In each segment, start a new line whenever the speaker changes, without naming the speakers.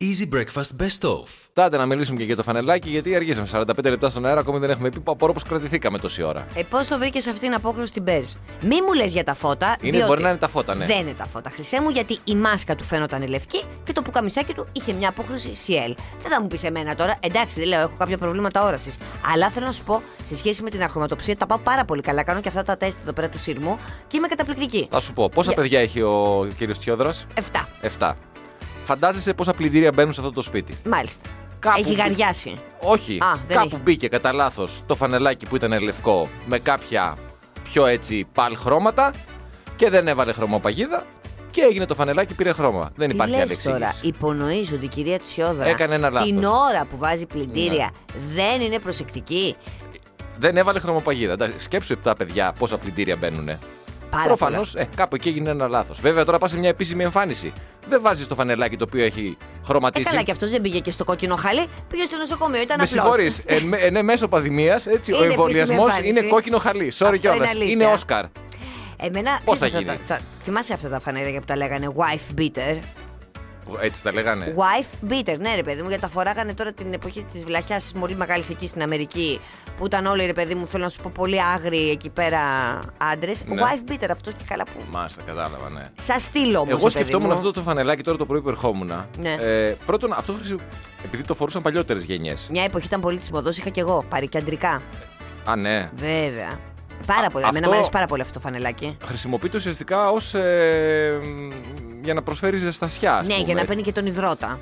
Easy Breakfast Best Of.
Τάτε να μιλήσουμε και για το φανελάκι, γιατί αργήσαμε 45 λεπτά στον αέρα. Ακόμη δεν έχουμε πει που απορώ πω κρατηθήκαμε τόση ώρα.
Ε, Πώς το βρήκες αυτή την απόχρωση την Μπέζ. Μη μου λες για τα φώτα.
Είναι,
διότι
μπορεί να είναι τα φώτα, ναι.
Δεν είναι τα φώτα, χρυσέ μου, γιατί η μάσκα του φαίνονταν λευκή και το πουκαμισάκι του είχε μια απόχρωση CL. Δεν θα μου πεις εμένα τώρα, εντάξει, δεν λέω, έχω κάποια προβλήματα όρασης. Αλλά θέλω να σου πω, σε σχέση με την αχρωματοψία, τα πάω πάρα πολύ καλά. Κάνω και αυτά τα τεστ εδώ πέρα του σειρμού και είμαι καταπληκτική.
Θα σου πω, πόσα
Για-
παιδιά έχει ο κύριος Τσιόδρα,
7.
7. Φαντάζεσαι πόσα πλυντήρια μπαίνουν σε αυτό το σπίτι.
Μάλιστα.
Κάπου-
Έχει γαριάσει.
Όχι,
Α, δεν
κάπου
έχει.
μπήκε κατά λάθος το φανελάκι που ήταν λευκό με κάποια πιο έτσι παλ χρώματα και δεν έβαλε χρωμοπαγίδα και έγινε το φανελάκι, πήρε χρώμα. Δεν
Τι
υπάρχει
λες
άλλη εξήγηση.
τώρα, υπονοείς ότι η κυρία Τσιόδρα
Έκανε ένα λάθος. Ναι.
την ώρα που βάζει πλυντήρια δεν είναι προσεκτική.
Δεν έβαλε χρωμοπαγίδα. Εντάξει, Σκέψου 7 παιδιά πόσα πλυντήρια μπαίνουν.
Πάρα
Προφανώς, ε, κάπου εκεί έγινε ένα λάθος. Βέβαια, τώρα πας σε μια επίσημη εμφάνιση. Δεν βάζει το φανελάκι το οποίο έχει
Ε,
χρωματίσει.
καλά, και αυτός δεν πήγε και στο κόκκινο χαλί, πήγε στο νοσοκομείο. Ήταν
με
απλός.
συγχωρείς. Ε, με- ε, ναι, μέσω πανδημίας, έτσι, ο
Είναι
εμβολιασμό
επίσημη εμφάνιση.
είναι κόκκινο χαλί. Sorry
Αυτό
κιόλα.
είναι αλήθεια.
Είναι Όσκαρ.
Εμένα.
Πώς
ξέρεις
θα
αυτά
γίνει?
τα- τα- θυμάσαι αυτά τα φανέρια που τα λέγανε wife beater.
Έτσι τα λέγανε.
Wife beater, ναι, ρε παιδί μου, γιατί τα φοράγανε τώρα την εποχή της βλαχιάς τη πολύ μεγάλη εκεί στην Αμερική. Που ήταν όλοι, ρε παιδί μου, θέλω να σου πω, πολύ άγριοι εκεί πέρα άντρες.
Ναι.
Wife beater, αυτός και καλά που.
Μάλιστα, κατάλαβα, ναι.
Σα στείλω όμως.
Εγώ σκεφτόμουν αυτό το φανελάκι τώρα το πρωί που ερχόμουν.
Ναι.
Ε, πρώτον, αυτό χρησι- επειδή το φορούσαν παλιότερες γενιές.
Μια εποχή ήταν πολύ τη μοδό, είχα και εγώ παρικεντρικά.
Α, ναι.
Βέβαια. Πάρα
Α,
πολύ.
αυτό-
Εμένα μου αρέσει πάρα πολύ αυτό το φανελάκι.
Χρησιμοποιείται ουσιαστικά ως, ε, μ, για να προσφέρει ζεστασιά. ας
Ναι, για
πούμε.
να παίρνει και τον υδρότα.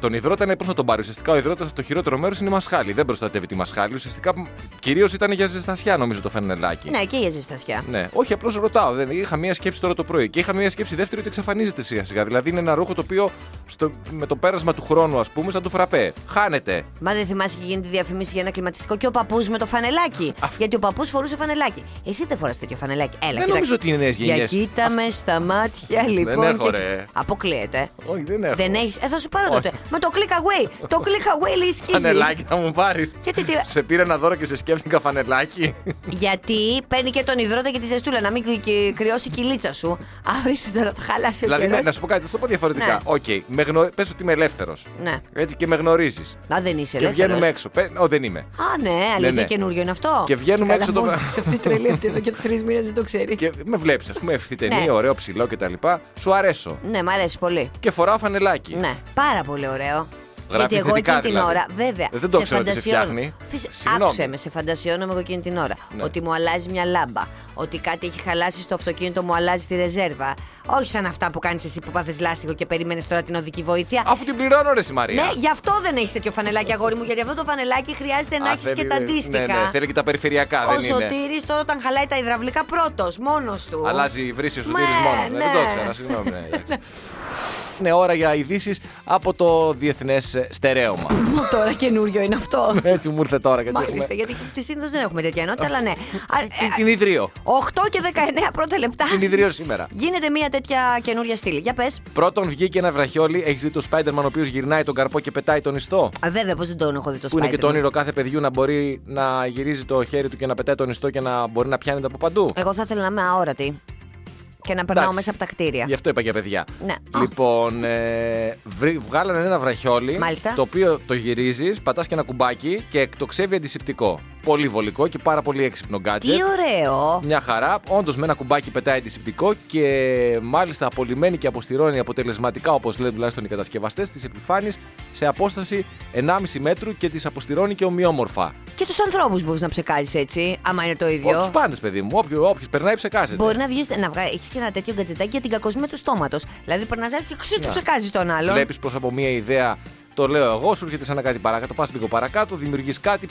Τον υδρότα είναι πώς να τον πάρει. Ουσιαστικά ο υδρότα το χειρότερο μέρος είναι η μασχάλη. Δεν προστατεύει τη μασχάλη. Ουσιαστικά κυρίως ήταν για ζεστασιά, νομίζω το φανελάκι.
Ναι, και για ζεστασιά.
Ναι, όχι, απλώς ρωτάω. Δεν... Είχα μία σκέψη τώρα το πρωί. Και είχα μία σκέψη δεύτερη ότι εξαφανίζεται σιγά-σιγά. Δηλαδή είναι ένα ρούχο το οποίο στο... με το πέρασμα του χρόνου, ας πούμε, σαν το φραπέ. Χάνεται.
Μα δεν θυμάσαι και γίνεται διαφημίση για ένα κλιματιστικό και ο παππούς με το φανελάκι. Γιατί ο παππούς φορούσε φανελάκι. Εσύ δεν φοράς τέτοιο φανελάκι. Έλα,
Δεν
κοίτα-
νομίζω ότι είναι νέες γενιές.
Για κοίτα μες στα μάτια, λοιπόν.
έχω,
και-
ρε.
Αποκλείεται.
Όχι, δεν έχω.
Δεν έχεις. Ε, θα σου πάρω
Όχι.
τότε. Μα το click away. Το click away λέει σκίζει.
Φανελάκι θα μου πάρεις.
Γιατί τι-
Σε πήρε ένα δώρο και σε σκέφτηκα φανελάκι.
Γιατί παίρνει και τον υδρότα και τη ζεστούλα να μην κρυ- κρυ- κρυώσει η κυλίτσα σου. Αύριστε τώρα, θα χαλάσει ο
δηλαδή, ναι,
καιρός.
να σου πω κάτι, θα σου το πω διαφορετικά.
Ναι.
Οκ, με γνω... πες ότι είμαι ελεύθερος.
Ναι.
Έτσι και με γνωρίζεις.
Α, δεν
Και
είσαι ελεύθερος.
βγαίνουμε έξω. Πε... Ω, δεν είμαι.
Α, ναι, αλήθεια
Ναι, ναι.
καινούριο είναι αυτό.
Και βγαίνουμε
Καλά,
έξω το-
μόνο Σε αυτή τη τρελή αυτή εδώ και τρεις μήνες δεν το ξέρει.
Και με βλέπεις, ας πούμε, ευθυτενή,
Ναι.
ωραίο ψηλό κτλ. Σου αρέσω.
Ναι, μ' αρέσει πολύ.
Και φοράω φανελάκι.
Ναι, πάρα πολύ ωραίο.
Γράφει
Γιατί εγώ
θετικά,
εκείνη την
δηλαδή.
ώρα, βέβαια.
Δεν το
σε
ξέρω τι σε
φαντασιώνω.
φτιάχνει.
Φυσ-
Συγγνώμη.
Άκουσε με, σε φαντασιώνω εγώ εκείνη την ώρα.
Ναι.
Ότι μου αλλάζει μια λάμπα. Ότι κάτι έχει χαλάσει στο αυτοκίνητο, μου αλλάζει τη ρεζέρβα. Όχι σαν αυτά που κάνεις εσύ που πάθες λάστιχο και περίμενες τώρα την οδική βοήθεια.
Αφού την πληρώνω, ρε, στη Μαρία.
Ναι, γι' αυτό δεν έχεις τέτοιο φανελάκι, αγόρι μου, γιατί αυτό το φανελάκι χρειάζεται να
Α,
έχει και
θέλει-
τα
Ναι,
αντίστοιχα.
ναι, θέλει και τα περιφερειακά,
Ο
δεν είναι.
Σωτήρης τώρα όταν χαλάει τα υδραυλικά πρώτος, μόνος του.
Αλλάζει η βρύση ο
Ναι,
Σωτήρης μόνος. Ναι.
ναι.
Δεν το ήξερα, συγγνώμη. ναι, εντάξει. Είναι ώρα για ειδήσεις από το διεθνές στερέωμα.
Πού τώρα καινούριο είναι αυτό.
Έτσι μου ήρθε τώρα. γιατί
Μάλιστα,
έχουμε-
γιατί τη συνήθω δεν έχουμε τέτοια ενότητα, αλλά ναι. Α,
Τι-
ε,
Την ιδρύω.
8 και 19 πρώτα λεπτά.
Την ιδρύω σήμερα.
Γίνεται μια τέτοια καινούρια στήλη. Για πες.
Πρώτον βγήκε ένα βραχιόλι. Έχεις δει το Spider-Man ο οποίος γυρνάει τον καρπό και πετάει τον ιστό.
Βέβαια, πώς δεν τον έχω δει το
Που είναι και το
Spider-Man.
όνειρο κάθε παιδιού να μπορεί να γυρίζει το χέρι του και να πετάει τον ιστό και να μπορεί να πιάνεται από παντού.
Εγώ θα ήθελα να είμαι αόρατη και να περνάω
Εντάξει.
μέσα από τα κτίρια.
Γι' αυτό είπα για παιδιά.
Ναι.
Λοιπόν, ε, βρή- βγάλανε ένα βραχιόλι
Μάλιστα.
το οποίο το γυρίζεις, πατάς και ένα κουμπάκι και εκτοξεύει αντισηπτικό. Πολύ βολικό και πάρα πολύ έξυπνο γκάτζετ.
Τι ωραίο!
Μια χαρά. Όντως με ένα κουμπάκι πετάει αντισηπτικό και μάλιστα απολυμμένη και αποστηρώνει αποτελεσματικά, όπως λένε τουλάχιστον οι κατασκευαστές, τις επιφάνειε σε απόσταση 1,5 μέτρου και τις αποστηρώνει και ομοιόμορφα.
Και τους ανθρώπους μπορείς να ψεκάζεις έτσι, άμα είναι το
Του
ίδιο.
πάντε, παιδί μου. Όποιο όποιος περνάει, ψεκάζεται.
Μπορεί να βγεις, να βγάλει και ένα τέτοιο γκατζετάκι για την κακοσμία του στόματος. Δηλαδή, περνάς και ξύ του
Ναι.
ψεκάζεις τον άλλον.
Βλέπεις πως από μία ιδέα το λέω εγώ, σου έρχεται σαν να κάτι παρακάτω. Πας λίγο παρακάτω, δημιουργείς κάτι,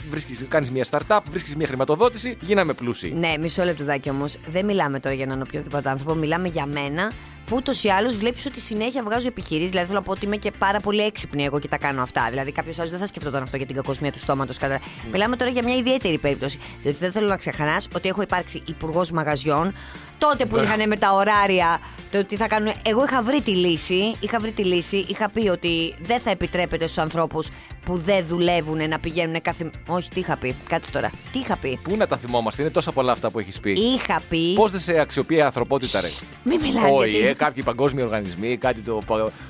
κάνεις μία startup, βρίσκεις μία χρηματοδότηση, γίναμε πλούσιοι.
Ναι, μισό λεπτουδάκι όμως. Δεν μιλάμε τώρα για έναν οποιοδήποτε άνθρωπο. Μιλάμε για μένα που ούτως ή άλλως βλέπεις ότι συνέχεια βγάζω επιχειρήσεις. Δηλαδή θέλω να πω ότι είμαι και πάρα πολύ έξυπνη εγώ και τα κάνω αυτά. Δηλαδή κάποιος άλλος δεν θα σκεφτόταν αυτό για την κακοσμία του στόματος. Κατά... Μιλάμε τώρα για μια ιδιαίτερη περίπτωση. Διότι δεν θέλω να ξεχνάς ότι έχω υπάρξει υπουργός μαγαζιών. Τότε που είχαν με τα ωράρια το τι θα κάνουν. Εγώ είχα βρει τη λύση. Είχα βρει τη λύση. Είχα πει ότι δεν θα επιτρέπεται στους ανθρώπους που δεν δουλεύουν να πηγαίνουν κάθε. Όχι, τι είχα πει. Κάτσε τώρα. Τι είχα πει.
Πού να τα θυμόμαστε, είναι τόσα πολλά αυτά που έχεις πει.
Είχα πει.
Πώς δεν σε αξιοποιεί η ανθρωπότητα, ρε.
Μην μιλά
Όχι,
γιατί...
ε, κάποιοι παγκόσμιοι οργανισμοί, κάτι το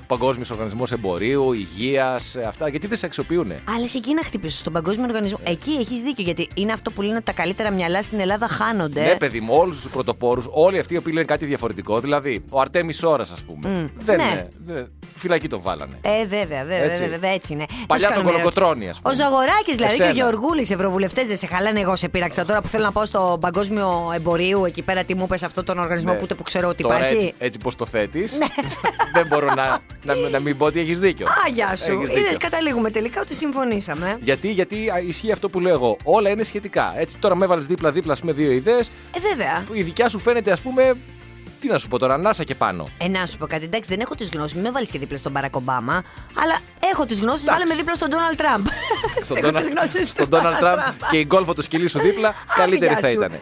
Παγκόσμιος Οργανισμός Εμπορίου, Υγείας, αυτά. Γιατί δεν σε αξιοποιούν.
Αλλά σε εκεί να χτυπήσω, στον Παγκόσμιο Οργανισμό. Εκεί έχεις δίκιο, γιατί είναι αυτό που λένε ότι τα καλύτερα μυαλά στην Ελλάδα χάνονται.
Ναι, παιδί μου, όλους τους πρωτοπόρους, όλοι αυτοί οι οποίοι λένε κάτι διαφορετικό. Δηλαδή, ο Αρτέμις Σόρα, ας πούμε.
Μμ.
Δεν,
Ναι.
ε, δε- φυλακή τον βάλανε.
Ε, βέβαια, βέβαια,
Έτσι.
έτσι. βέβαια, έτσι είναι.
Παλιά
Τόσο
τον
καλημέρα.
Κολοκοτρώνη, ας πούμε.
Ο Ζαγοράκης δηλαδή και ο
Εσένα.
Γεωργούλης, ευρωβουλευτές, δεν σε χαλάνε. Εγώ σε πείραξα τώρα που θέλω να πάω στο Παγκόσμιο Εμπορίου εκεί πέρα. Τι μου είπε αυτό τον οργανισμό
Ναι.
που ούτε που ξέρω ότι
Τώρα
υπάρχει. Ναι.
Έτσι, έτσι πώ το θέτεις, δεν μπορώ να, να, να μην πω ότι έχεις δίκιο.
Α, γεια σου.
Έχεις
Είδες,
δίκιο.
καταλήγουμε τελικά ότι συμφωνήσαμε.
Γιατί, γιατί α, ισχύει αυτό που λέω εγώ. Όλα είναι σχετικά. Έτσι, τώρα με έβαλες δίπλα-δίπλα με δύο ιδέες.
Ε, βέβαια.
Η δικιά σου φαίνεται, ας πούμε. Τι να σου πω τώρα, ανάσα και πάνω.
Ε, να σου πω κάτι. Εντάξει, δεν έχω τις γνώσεις. Μην με βάλεις και δίπλα στον Μπαρακ Ομπάμα. Αλλά έχω τις γνώσεις.
Εντάξει.
Βάλε με δίπλα στον Ντόναλτ Τραμπ.
Στον
Έχω
Donald-
τις γνώσεις
στον
του
Donald Τραμπ και η γκολφο του σκυλί σου δίπλα, καλύτερη
γεια
θα
σου.
ήταν.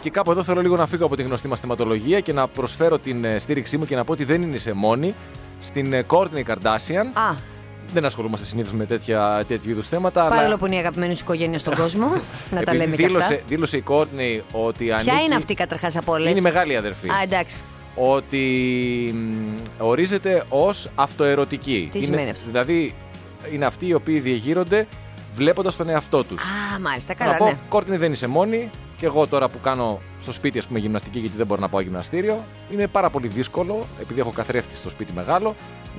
Και κάπου εδώ θέλω λίγο να φύγω από τη γνωστή μας θεματολογία και να προσφέρω την ε, στήριξή μου και να πω ότι δεν είναι σε μόνη. Στην ε, Κόρτνη Καρντάσιαν.
Α,
Δεν ασχολούμαστε συνήθως με τέτοια, τέτοιου είδους θέματα.
παρόλο
αλλά
που είναι η αγαπημένη σου οικογένεια στον κόσμο. να τα
επειδή
λέμε και
δήλωσε,
αυτά.
δήλωσε η Κόρτνη ότι
Ποια
ανήκει-
είναι αυτή καταρχάς από όλες.
Είναι η μεγάλη αδερφή.
Α, εντάξει.
Ότι μ, ορίζεται ως αυτοερωτική.
Τι
Είναι-
σημαίνει αυτό?
Δηλαδή, είναι αυτοί οι οποίοι διεγείρονται βλέποντας τον εαυτό τους.
Α, μάλιστα,
Να
καλά,
πω,
ναι.
κόρτινη δεν είσαι μόνη. Και εγώ τώρα που κάνω στο σπίτι, ας πούμε, γυμναστική, γιατί δεν μπορώ να πάω γυμναστήριο, είναι πάρα πολύ δύσκολο, επειδή έχω καθρέφτη στο σπίτι μεγάλο,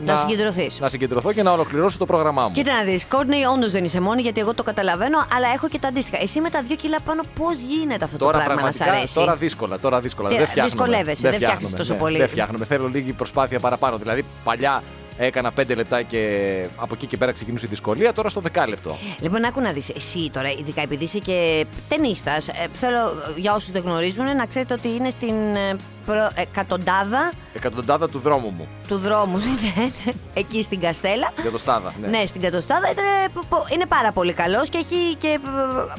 Να συγκεντρωθείς.
να συγκεντρωθώ και να ολοκληρώσω το πρόγραμμά μου.
Κοίτα να δεις, Κόρνεϊ, όντως δεν είσαι μόνη, γιατί εγώ το καταλαβαίνω, αλλά έχω και τα αντίστοιχα. Εσύ με τα δύο κιλά πάνω, πώς γίνεται αυτό
τώρα
το πράγμα να σ'
πραγματικά,
αρέσει.
τώρα δύσκολα, τώρα δύσκολα.
Τι-
δεν φτιάχνουμε.
δυσκολεύεσαι, δεν φτιάχνεις
φτιάχνουμε,
τόσο
ναι,
πολύ.
Δεν φτιάχνουμε. Θέλω λίγη προσπάθεια παραπάνω. Δηλαδή, παλιά έκανα 5 λεπτά και από εκεί και πέρα ξεκινούσε η δυσκολία, τώρα στο 10 λεπτό.
Λοιπόν, άκου να δεις. Εσύ τώρα, ειδικά επειδή είσαι και ταινίστας, θέλω για όσους δεν γνωρίζουν να ξέρετε ότι είναι στην ε, προ- εκατοντάδα
Εκατοντάδα του δρόμου μου,
του δρόμου. ναι, Εκεί στην Καστέλα.
για το στάδα.
Ναι. στην Κατοστάδα ήταν, ε, πο- πο- είναι πάρα πολύ καλός και έχει και ε,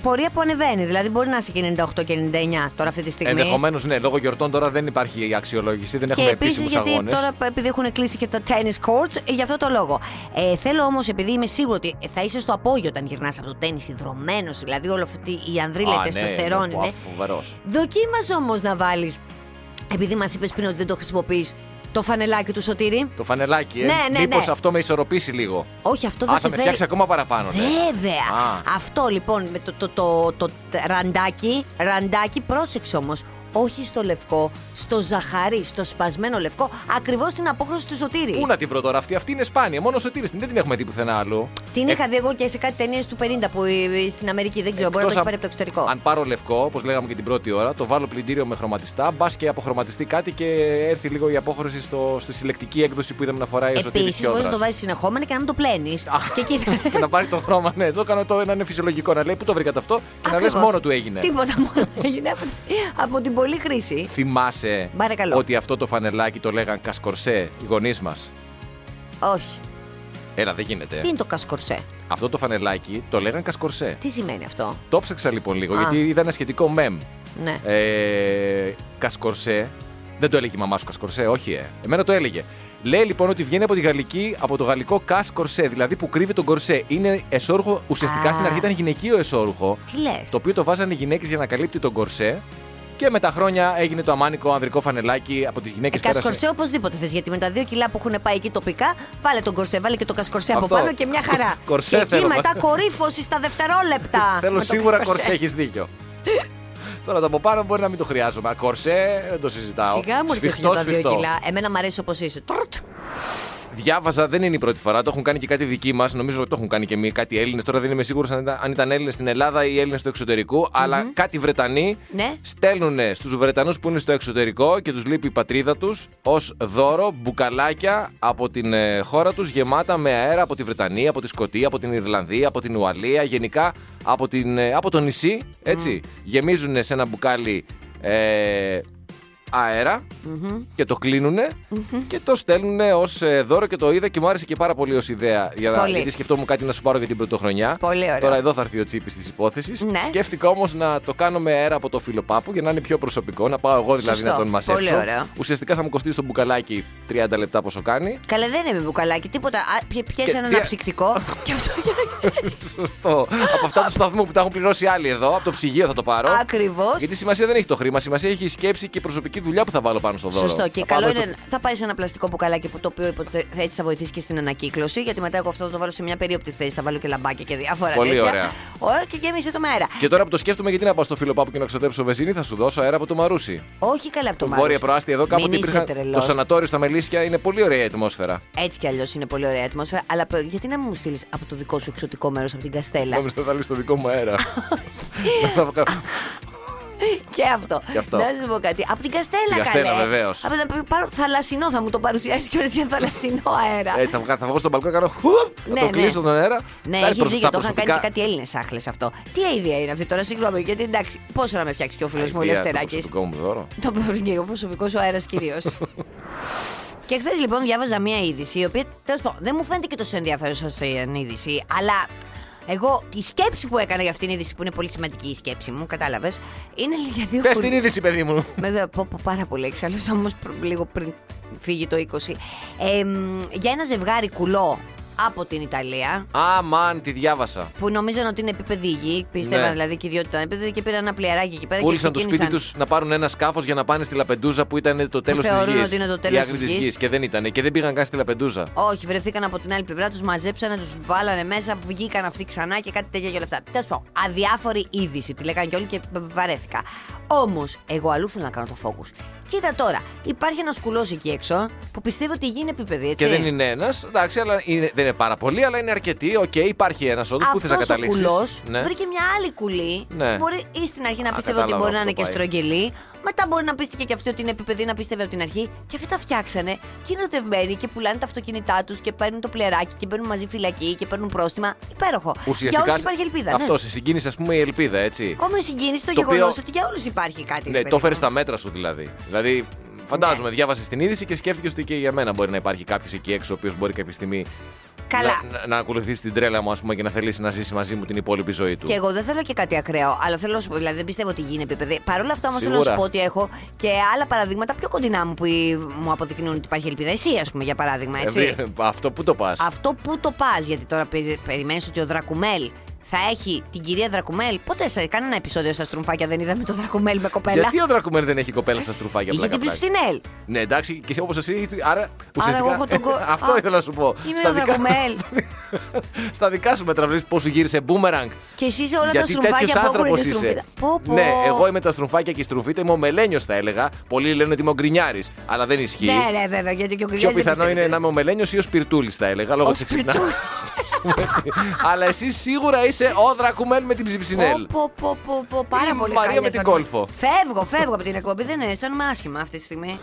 πορεία που ανεβαίνει. Δηλαδή μπορεί να είσαι και 98 και 99 τώρα αυτή τη στιγμή.
Ενδεχομένως, ναι, λόγω γιορτών τώρα δεν υπάρχει η αξιολόγηση, δεν
Και
έχουμε
επίση
επίσημου
γιατί
αγώνες.
τώρα επειδή έχουν κλείσει και τα tennis courts, ε, γι' αυτό το λόγο. Ε, θέλω όμως, επειδή είμαι σίγουρη ότι θα είσαι στο απόγειο όταν γυρνάς από το τέννη, ιδρωμένος, δηλαδή όλο αυτή η ανδρίλα
ναι,
η τεστοστερόν είναι.
Φοβερό.
Δοκίμασε όμως να βάλεις, επειδή μας είπες πριν ότι δεν το χρησιμοποιείς, το φανελάκι του σωτήρι.
Το φανελάκι, ε.
Ναι, ναι,
Μήπως
ναι.
αυτό με ισορροπήσει λίγο.
Όχι, αυτό
Α,
θα
θα
σε
με
φέρει-
φτιάξει ακόμα παραπάνω. Ναι.
Βέβαια!
Α.
Αυτό λοιπόν με το, το, το, το, τ- ραντάκι, ραντάκι, πρόσεξε όμως. Όχι στο λευκό, στο ζαχαρί, στο σπασμένο λευκό, ακριβώς την απόχρωση του σωτήρι.
Πού να την βρω τώρα αυτή, αυτή είναι σπάνια. Μόνο σωτήρι την δεν την έχουμε δει πουθενά αλλού.
Την είχα δει εγώ και σε κάτι ταινίες του 50 που ε, ε, στην Αμερική δεν ξέρω, μπορεί να
Εκτός
το έχει πάρει από το εξωτερικό.
Αν πάρω λευκό, όπως λέγαμε και την πρώτη ώρα, το βάλω πλυντήριο με χρωματιστά, μπας και αποχρωματιστεί κάτι και έρθει λίγο η απόχρωση στο, στη συλλεκτική έκδοση που είδαμε να φοράει ο Σωτήρης
Επίσης, μπορείς να το
Κιόδρας.
βάζεις συνεχόμενα και να μην το πλένεις. και εκεί
και να πάρει το χρώμα, ναι. Εδώ κάνω το να είναι φυσιολογικό. Να λέει πού το βρήκατε αυτό και να λες
Ακριβώς.
μόνο του έγινε.
Τίποτα μόνο του έγινε από, από την πολλή χρήση.
Θυμάσαι
Παρακαλώ.
ότι αυτό το φανελάκι το λέγαν κασκορσέ οι γονείς μας.
Όχι.
Έλα, δεν γίνεται.
Τι είναι το κασκορσέ,
Αυτό το φανελάκι το λέγαν κασκορσέ.
τι σημαίνει αυτό.
Το ψάξα λοιπόν λίγο,
Α.
γιατί είδα ένα σχετικό mem.
Ναι.
Ε, κασκορσέ. Δεν το έλεγε η μαμά σου κασκορσέ, όχι, ε. Εμένα το έλεγε. Λέει λοιπόν ότι βγαίνει από, τη γαλλική, από το γαλλικό κασκορσέ, δηλαδή που κρύβει τον κορσέ. Είναι εσόρουχο, ουσιαστικά
Α.
στην αρχή ήταν γυναικείο εσόρουχο,
Τι λες.
το οποίο το βάζανε οι γυναίκες για να καλύπτει τον κορσέ. Και με τα χρόνια έγινε το αμάνικο ανδρικό φανελάκι από τις γυναίκες
Ε, κασκορσέ οπωσδήποτε θες. Γιατί με τα δύο κιλά που έχουν πάει εκεί τοπικά, βάλε τον κορσέ, βάλε και το κασκορσέ από
Αυτό.
πάνω και μια χαρά.
Κορσέ
και εκεί
θέλω.
μετά κορύφωση στα δευτερόλεπτα.
Θέλω
με το
σίγουρα
κασκορσέ.
κορσέ, έχεις δίκιο. Τώρα το από πάνω μπορεί να μην το χρειάζομαι. Κορσέ, δεν το συζητάω.
Σιγά μου έρχεσαι για τα δύο κιλά. Εμένα μου αρέσει όπως είσαι. Τρρτ.
Διάβαζα, δεν είναι η πρώτη φορά, το έχουν κάνει και κάτι δικοί μας. Νομίζω ότι το έχουν κάνει και εμείς κάτι Έλληνες. Τώρα δεν είμαι σίγουρος αν ήταν, αν ήταν Έλληνες στην Ελλάδα ή Έλληνες του εξωτερικού. Αλλά κάτι Βρετανοί
Ναι.
στέλνουν στους Βρετανούς που είναι στο εξωτερικό και τους λείπει η πατρίδα τους ως δώρο μπουκαλάκια από την ε, χώρα τους γεμάτα με αέρα από τη Βρετανία, από τη Σκωτία, από την Ιρλανδία, από την Ουαλία, γενικά από, την, ε, από το νησί. Έτσι. Γεμίζουν σε ένα μπουκάλι. Ε, αέρα και το κλεινουνε και το στέλνουν ω δώρο και το είδα και μου άρεσε και πάρα πολύ ως ιδέα. Για, να-
Πολύ.
Γιατί σκεφτόμουν κάτι να σου πάρω για την πρωτοχρονιά.
Πολύ ωραίο.
Τώρα εδώ θα έρθει ο τσίπης της υπόθεσης.
Ναι.
Σκέφτηκα όμως να το κάνω με αέρα από το φιλοπάπου για να είναι πιο προσωπικό. Να πάω εγώ δηλαδή
Σωστό.
να τον μασέψω.
Πολύ ωραίο.
Ουσιαστικά θα μου κοστίσει το μπουκαλάκι 30 λεπτά πόσο κάνει.
Καλά, δεν είναι με μπουκαλάκι, τίποτα.
Και
Πιέσει ένα
τι-
αναψυκτικό και αυτό
Σωστό. από αυτά του σταθμού που τα έχουν πληρώσει άλλοι εδώ, από το ψυγείο θα το πάρω.
Ακριβώς.
Γιατί σημασία δεν έχει το χρήμα, σημασία έχει η σκέψη και η προσωπική δουλειά που θα βάλω πάνω στο δώρο.
Σωστό. Και
Θα
καλό
πάρω το-
είναι. Θα πάρεις ένα πλαστικό μπουκαλάκι που το οποίο υποθε- θα έτσι θα βοηθήσει και στην ανακύκλωση. Γιατί μετά εγώ αυτό θα το βάλω σε μια περίοπτη θέση. Θα βάλω και λαμπάκια και διάφορα
Πολύ
τέτοια.
ωραία.
Ω, και γέμισε το με αέρα.
Και τώρα που το σκέφτομαι, γιατί να πάω στο φιλοπάπου και να ξοδέψω βεζίνη, θα σου δώσω αέρα από το μαρούσι.
Όχι καλά από το
Το
μάτι.
βόρεια προάστη εδώ κάποτε
Μην
υπήρχαν.
είσαι τρελός.
Το σανατόριο στα Μελίσια είναι πολύ ωραία η ατμόσφαιρα.
Έτσι κι αλλιώς είναι πολύ ωραία η ατμόσφαιρα. Αλλά π- γιατί να μου στείλεις από το δικό σου εξωτικό μέρος, από την Καστέλα.
Νόμιζα ότι θα λύσει το δικό μου αέρα.
και αυτό.
Και αυτό.
Να σου πω κάτι. Από την Καστέλα,
Την Καστέλα,
καλέ.
βεβαίως.
Από την- πάρω θαλασσινό θα μου το παρουσιάσεις και για θαλασσινό αέρα.
Έτσι, Ε, θα βγα- θα βγω στον μπαλκόνι, κάνω χουπ,
Ναι,
θα το
ναι.
κλείσω τον αέρα. θα
Ναι,
έρθει
έχει
προς-
δίκιο.
τα
Το είχαν κάνει
προσωπικά-
και κάτι Έλληνες άχλες αυτό. Τι αίδια είναι αυτή τώρα, συγγνώμη. Γιατί εντάξει, πόσο να με φτιάξει και ο φίλος μου ο
Αηδία, το
Λευτεράκη.
προσωπικό μου δώρο.
Το προσωπικό, προσωπικό σου αέρας κυρίως. και χθες λοιπόν διάβαζα μία είδηση, η οποία τέλος πάντων δεν μου φαίνεται και τόσο ενδιαφέρουσα σαν είδηση, αλλά εγώ η σκέψη που έκανα για αυτήν την είδηση, που είναι πολύ σημαντική η σκέψη μου, κατάλαβες, είναι για δύο
Πες
κουλ-
την είδηση, παιδί μου.
με δω, πω, πω, πάρα πολύ εξάλλησα όμω λίγο πριν φύγει το 20. Ε, μ, για ένα ζευγάρι κουλό από την Ιταλία,
Αμάν, τη διάβασα.
που νομίζαν ότι είναι επίπεδη υγιή, πίστευαν
Ναι.
δηλαδή και ιδιότητα είναι επίπεδη και πήραν ένα πλιαράκι εκεί πέρα.
Πούλησαν
και
το σπίτι του
ξεκίνησαν.
να πάρουν ένα σκάφος για να πάνε στη Λαπεντούζα που ήταν το τέλος της γη.
θεωρούν ότι είναι το τέλος της γης.
Και δεν ήταν. Και δεν πήγαν καν στη Λαπεντούζα.
Όχι, βρεθήκαν από την άλλη πλευρά, τους μαζέψανε, τους βάλανε μέσα, βγήκαν αυτοί ξανά και κάτι τέτοια και όλα αυτά. Τέλος πάντων, αδιάφορη είδηση. Τη λέγανε και όλοι και βαρέθηκα. Όμως, εγώ αλλού θέλω να κάνω το focus. Κοίτα τώρα, υπάρχει ένας κουλός εκεί έξω που πιστεύω ότι η γη είναι επίπεδη, έτσι.
Και δεν είναι ένας. Εντάξει, αλλά είναι, δεν είναι πάρα πολλοί, αλλά είναι αρκετοί. Οκ, υπάρχει ένας όντω που θες να Ναι.
Αυτός ο
καταλήξεις.
κουλός βρήκε μια άλλη κουλή.
Ναι.
που Μπορεί ή στην αρχή να
Α,
πίστευε ότι
κατάλαβα
μπορεί να
που το
είναι και
πάει.
στρογγυλή. Μετά μπορεί να πίστηκε και αυτή ότι είναι επιπεδί, να πίστευε από την αρχή. Και αυτοί τα φτιάξανε. Και είναι ερωτευμένοι και πουλάνε τα αυτοκίνητά τους και παίρνουν το πλεράκι και μπαίνουν μαζί φυλακή και παίρνουν πρόστιμα. Υπέροχο.
Ουσιαστικά.
για όλους υπάρχει ελπίδα.
Αυτό σε συγκίνησε, ας πούμε, η ελπίδα, έτσι.
Ναι. Όμω συγκίνησε το,
Το
γεγονός
οποίο-
ότι για όλους υπάρχει κάτι. ρε
ναι,
παιδί
το έφερε
μου.
στα μέτρα σου δηλαδή. Δηλαδή, φαντάζομαι,
Ναι.
διάβασες την είδηση και σκέφτηκες ότι και για μένα μπορεί να υπάρχει κάποιος εκεί έξω, ο οποίος μπορεί κάποια στιγμή
Καλά.
Να, να, να ακολουθήσει την τρέλα μου, ας πούμε, και να θελήσει να ζήσει μαζί μου την υπόλοιπη ζωή του.
Και εγώ δεν θέλω και κάτι ακραίο, αλλά θέλω να σου πω, δηλαδή δεν πιστεύω ότι γίνει επίπεδη. Παρ' όλα αυτά όμως θέλω να
Σίγουρα.
σου πω ότι έχω και άλλα παραδείγματα πιο κοντινά μου που ε, μου αποδεικνύουν ότι υπάρχει ελπίδα. Εσύ, ας πούμε, για παράδειγμα, έτσι.
Ε, αυτό που το πας.
Αυτό που το πας, γιατί τώρα περιμένεις ότι ο Δρακουμέλ θα έχει την κυρία Δρακουμέλ. Πότε σε κανένα επεισόδιο στα στρουμφάκια δεν είδαμε το Δρακουμέλ με κοπέλα.
Γιατί ο Δρακουμέν δεν έχει κοπέλα στα στρουφάκια
Είχε
πλάκα
την
πλάκα.
Πληψινέλ.
Ναι, εντάξει, και όπως εσύ. Άρα ουσιαστικά.
εγώ έχω τον κο-
αυτό
Α,
ήθελα να σου πω.
είμαι ο Δρακουμέλ.
στα δικά σου μετραβλή πώ σου γύρισε μπούμεραγκ.
Και εσύ σε όλα τα
Γιατί τέτοιο
στρουμφάκια που
άνθρωπο
έχουν τη
είσαι.
στρουμφίτα. Πω, πω.
Ναι, εγώ είμαι τα στρουφάκια και η στρουφίτα. Είμαι ο μελένιος, θα έλεγα. Πολλοί λένε ότι είμαι ο γκρινιάρης, αλλά δεν ισχύει.
Ναι, ναι, βέβαια, γιατί και ο
Πιο
Γκριδιάς δεν
πιθανό
πιστεύει.
είναι να είμαι ο μελένιος ή ο σπιρτούλης, θα έλεγα, λόγω
Ο
της εξυπνά.
Σπιρτούλης.
αλλά εσύ σίγουρα είσαι ο Δρακουμέν με την ψιψινέλ.
Πω, πω, πω, πω, πάρα
Η
πολύ.
Μαρία
χάλια
με την
στα κόμματα.
κόλφο.
Φεύγω, φεύγω από την εκπομπή. Δεν αισθάνομαι άσχημα αυτή τη στιγμή.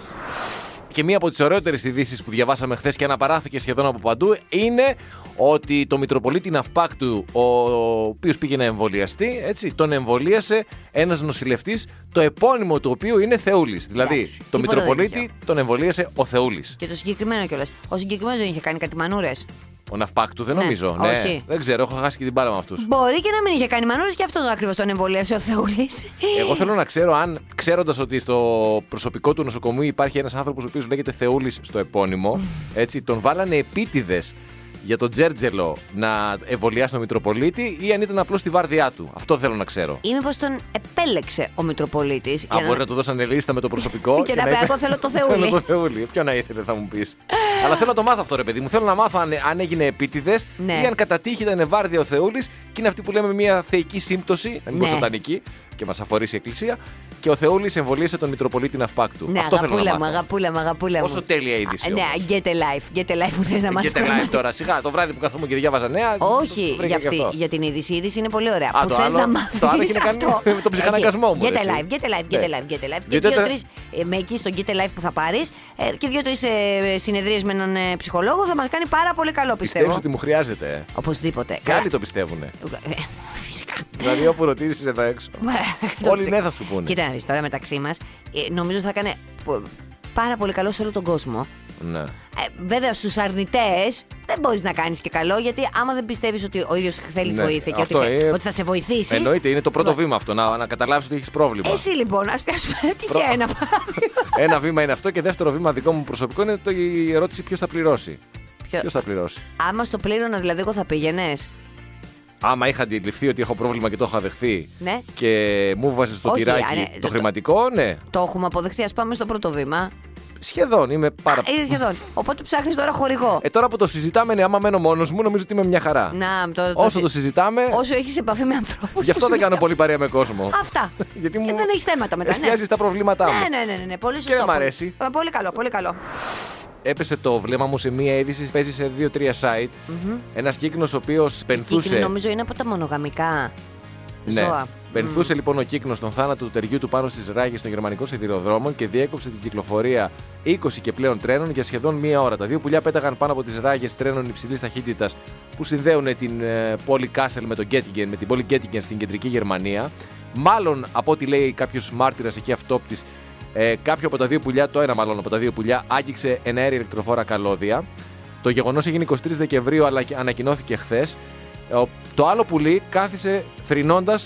Και μία από τις ωραιότερες ειδήσεις που διαβάσαμε χθες και αναπαράφηκε σχεδόν από παντού είναι ότι το Μητροπολίτη Ναυπάκτου, ο οποίος πήγε να εμβολιαστεί, έτσι, τον εμβολίασε ένας νοσηλευτής, το επώνυμο του οποίου είναι Θεούλης. Δηλαδή,
Εντάξει,
το
τίποτα δεν
Μητροπολίτη
είχε.
τον εμβολίασε ο Θεούλης.
Και το συγκεκριμένο κιόλας. Ο συγκεκριμένος δεν είχε κάνει κάτι μανούρες.
Ο Ναυπάκτου, δεν
Ναι,
νομίζω.
όχι.
Δεν ξέρω, έχω χάσει και την πάρα με αυτούς.
Μπορεί και να μην είχε κάνει μανούρε και αυτό ακριβώς τον εμβολίασε ο Θεούλης.
Εγώ θέλω να ξέρω αν, ξέροντας ότι στο προσωπικό του νοσοκομείου υπάρχει ένας άνθρωπος ο οποίος λέγεται Θεούλης στο επώνυμο, έτσι, τον βάλανε επίτηδες για τον Τζέρτζελο να εμβολιάσει τον Μητροπολίτη ή αν ήταν απλώς στη βάρδιά του. Αυτό θέλω να ξέρω.
Ή μήπως τον επέλεξε ο Μητροπολίτης.
Αν μπορεί να του δώσανε λίστα με το προσωπικό.
Και να πει, «Εγώ θέλω το Θεούλη».
Θέλω το Θεούλη. Ποιο να ήθελε, θα μου πεις. Αλλά θέλω να το μάθω αυτό, ρε παιδί μου. Θέλω να μάθω αν, αν έγινε επίτηδες
Ναι.
ή αν κατά τύχη ήταν βάρδια ο Θεούλης και είναι αυτή που λέμε μια θεϊκή σύμπτωση, να μην πω
Ναι.
σατανική, και μας αφορήσει η Εκκλησία. Και ο Θεούλης εμβολίασε τον Μητροπολίτη Ναυπάκτου.
Ναι,
αυτό θέλω να
αγαπούλα μου,
μάθω.
αγαπούλα μου, αγαπούλα μου.
Πόσο τέλεια είδηση
Α, Ναι,
όμως.
get a life. Get a life που θες να μάθει.
Και Ε, τα live τώρα, σιγά το βράδυ που καθόμουν και διάβαζα νέα. το- το
Όχι
βρήκα
για,
και
αυτή,
αυτό.
για την είδηση. Η είδηση είναι πολύ ωραία.
Α,
που
το
θες
άλλο-
να μάθει.
το άλλο έχει να κάνει με τον ψυχαναγκασμό μου,
Get
ρε, εσύ.
alive, get alive, get
Ναι.
alive, get alive. Και
Γιατί τα-
δύο-τρει ε, με εκεί στο get alive που θα πάρεις και δύο-τρει συνεδρίες με έναν ε, ψυχολόγο θα μας κάνει πάρα πολύ καλό,
Πιστεύεις
πιστεύω. Ναι.
ότι μου χρειάζεται. ε.
Οπωσδήποτε.
Και άλλοι
Καλά.
το πιστεύουνε.
Ε, Φυσικά.
Δηλαδή, όπου ρωτήσεις εδώ έξω.
Μα,
Όλοι
το
ναι
τσεκ.
θα σου πούνε.
Κοίτα να δεις τώρα μεταξύ μας ε, νομίζω θα έκανε πο- πάρα πολύ καλό σε όλο τον κόσμο.
Ναι.
Ε, βέβαια, στους αρνητές δεν μπορείς να κάνεις και καλό, γιατί άμα δεν πιστεύεις ότι ο ίδιος θέλεις
Ναι,
βοήθεια και
αυτό,
ότι, θε-
ε,
ότι θα σε βοηθήσει.
Εννοείται, είναι το πρώτο βήμα αυτό, να, να καταλάβεις ότι έχεις πρόβλημα.
Ναι. Εσύ λοιπόν, ας πιάσουμε τυχαία ένα παράδειγμα.
Ένα βήμα είναι αυτό και δεύτερο βήμα δικό μου προσωπικό είναι το, η ερώτηση ποιος θα πληρώσει.
Ποιο-
Ποιος θα πληρώσει.
Άμα στο πλήρωνα, δηλαδή, εγώ θα πήγαινες.
Άμα είχα αντιληφθεί ότι έχω πρόβλημα και το είχα δεχθεί
Ναι.
και μου βάζεις στο
Όχι,
τυράκι
α, ναι,
το,
το-
χρηματικό, ναι.
Το έχουμε αποδεχτεί, ας πάμε στο πρώτο βήμα.
Σχεδόν είμαι πάρα
Ε, σχεδόν. Οπότε ψάχνεις τώρα χορηγό.
Ε, τώρα που το συζητάμε, ναι, άμα μένω μόνος μου, νομίζω ότι είμαι μια χαρά.
Να, το, το,
Όσο το συζητάμε,
Όσο έχεις επαφή με ανθρώπους.
ναι. γι' αυτό δεν κάνω πολύ παρέα με κόσμο.
Αυτά.
Γιατί
Και
μου
ε, δεν έχεις θέματα μετά. ναι.
εστιάζεις στα προβλήματά μου.
Ναι, ναι, ναι, ναι, ναι. Πολύ σωστό.
δεν μ'
πολύ-
αρέσει.
Ε, Πολύ καλό, πολύ καλό.
Έπεσε το βλέμμα μου σε μία είδηση, παίζει σε δύο-τρία site. Ένας κύκνος ο οποίος
Κύκρινη
πενθούσε.
νομίζω είναι από τα μονογαμικά
Ναι.
ζώα.
Πενθούσε λοιπόν ο κύκνος τον θάνατο του τεριού του πάνω στις ράγες των γερμανικών σιδηροδρόμων και διέκοψε την κυκλοφορία 20 και πλέον τρένων για σχεδόν μία ώρα. Τα δύο πουλιά πέταγαν πάνω από τις ράγες τρένων υψηλής ταχύτητας που συνδέουν την ε, πόλη Κάσελ με, τον Γκέτιγκεν, με την πόλη Γκέτιγκεν στην κεντρική Γερμανία. Μάλλον από ό,τι λέει κάποιος μάρτυρας εκεί αυτόπτης, ε, κάποιο από τα δύο πουλιά, το ένα μάλλον από τα δύο πουλιά, άγγιξε ένα αέρια ηλεκτροφόρα καλώδια. Το γεγονός έγινε 23 Δεκεμβρίου, αλλά και ανακοινώθηκε χθες. Το άλλο πουλί κάθισε θρυνώντας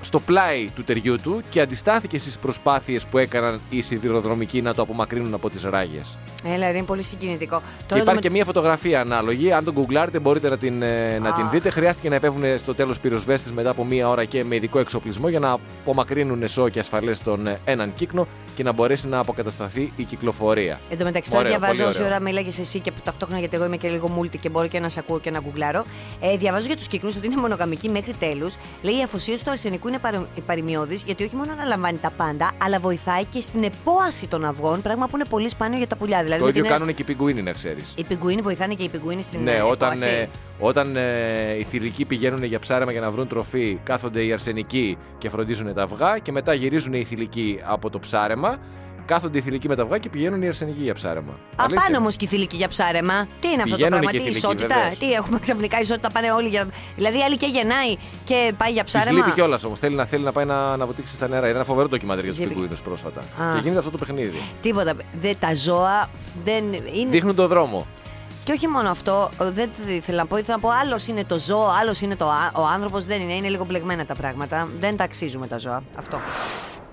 στο πλάι του τεριού του και αντιστάθηκε στις προσπάθειες που έκαναν οι σιδηροδρομικοί να το απομακρύνουν από τις ράγες.
Έλα, ρε, είναι πολύ συγκινητικό.
και υπάρχει
δούμε-
και μία φωτογραφία ανάλογη. Αν τον γκουγκλάρετε, μπορείτε να την, ε, να την
Αχ.
δείτε. Χρειάστηκε να επέβουν στο τέλος πυροσβέστες μετά από μία ώρα και με ειδικό εξοπλισμό για να απομακρύνουν εσώ και ασφαλές τον ε, έναν κύκνο και να μπορέσει να αποκατασταθεί η κυκλοφορία.
Εν τω μεταξύ, τώρα
Ωραίο,
διαβάζω
πολύ
όση
ωραίο.
ώρα μίλαγε εσύ και ταυτόχρονα γιατί εγώ είμαι και λίγο μούλτη και μπορώ και να σε ακούω και να γκουγκλάρω. Ε, διαβάζω για τους κύκλου ότι είναι μονογαμική μέχρι τέλους. Λέει η αφοσίωση του αρσενικού είναι παρο- παρημιώδης γιατί όχι μόνο αναλαμβάνει τα πάντα, αλλά βοηθάει και στην επόαση των αυγών, πράγμα που είναι πολύ σπάνιο για τα πουλιά. Δηλαδή,
το
με
ίδιο
την-
κάνουν και οι πιγκουίνοι, να ξέρεις.
Οι πιγκουίνοι βοηθάνε και οι πιγκουίνοι στην
Ναι,
ε,
όταν,
επόαση.
ε, όταν ε, οι θηρικοί πηγαίνουν για ψάρεμα για να βρουν τροφή, κάθονται οι αρσενικοί και φροντίζουν τα αυγά και μετά γυρίζουν οι θηλυκοί από το ψάρεμα, κάθονται οι θηλυκοί με τα αυγά και πηγαίνουν οι αρσενικοί για ψάρεμα. Αλήθεια.
Απάνω όμως και οι θηλυκοί για ψάρεμα. Τι είναι αυτό το
Πηγαίνουν
πράγμα,
και
τι
οι θηλυκοί,
ισότητα.
βεβαίως.
Τι έχουμε ξαφνικά ισότητα, πάνε όλοι για. Δηλαδή, άλλη και γεννάει και πάει για
Της
ψάρεμα.
λείπει κιόλας όμως. Θέλει να, θέλει να πάει να, να βουτήξει στα νερά. Ήταν ένα φοβερό ντοκιμαντέρ για του
Λείπει.
πιγκουίνους πρόσφατα.
Α. Ε.
Και γίνεται αυτό το παιχνίδι.
Τίποτα. Δε, τα ζώα δεν είναι.
Δείχνουν το δρόμο.
Και όχι μόνο αυτό, ε, δεν το ήθελα να πω. Ήθελα να πω άλλος είναι το ζώο, άλλος είναι το α... ο άνθρωπος. Δεν είναι, είναι λίγο μπλεγμένα τα πράγματα. Δεν τα αξίζουμε τα ζώα. Αυτό.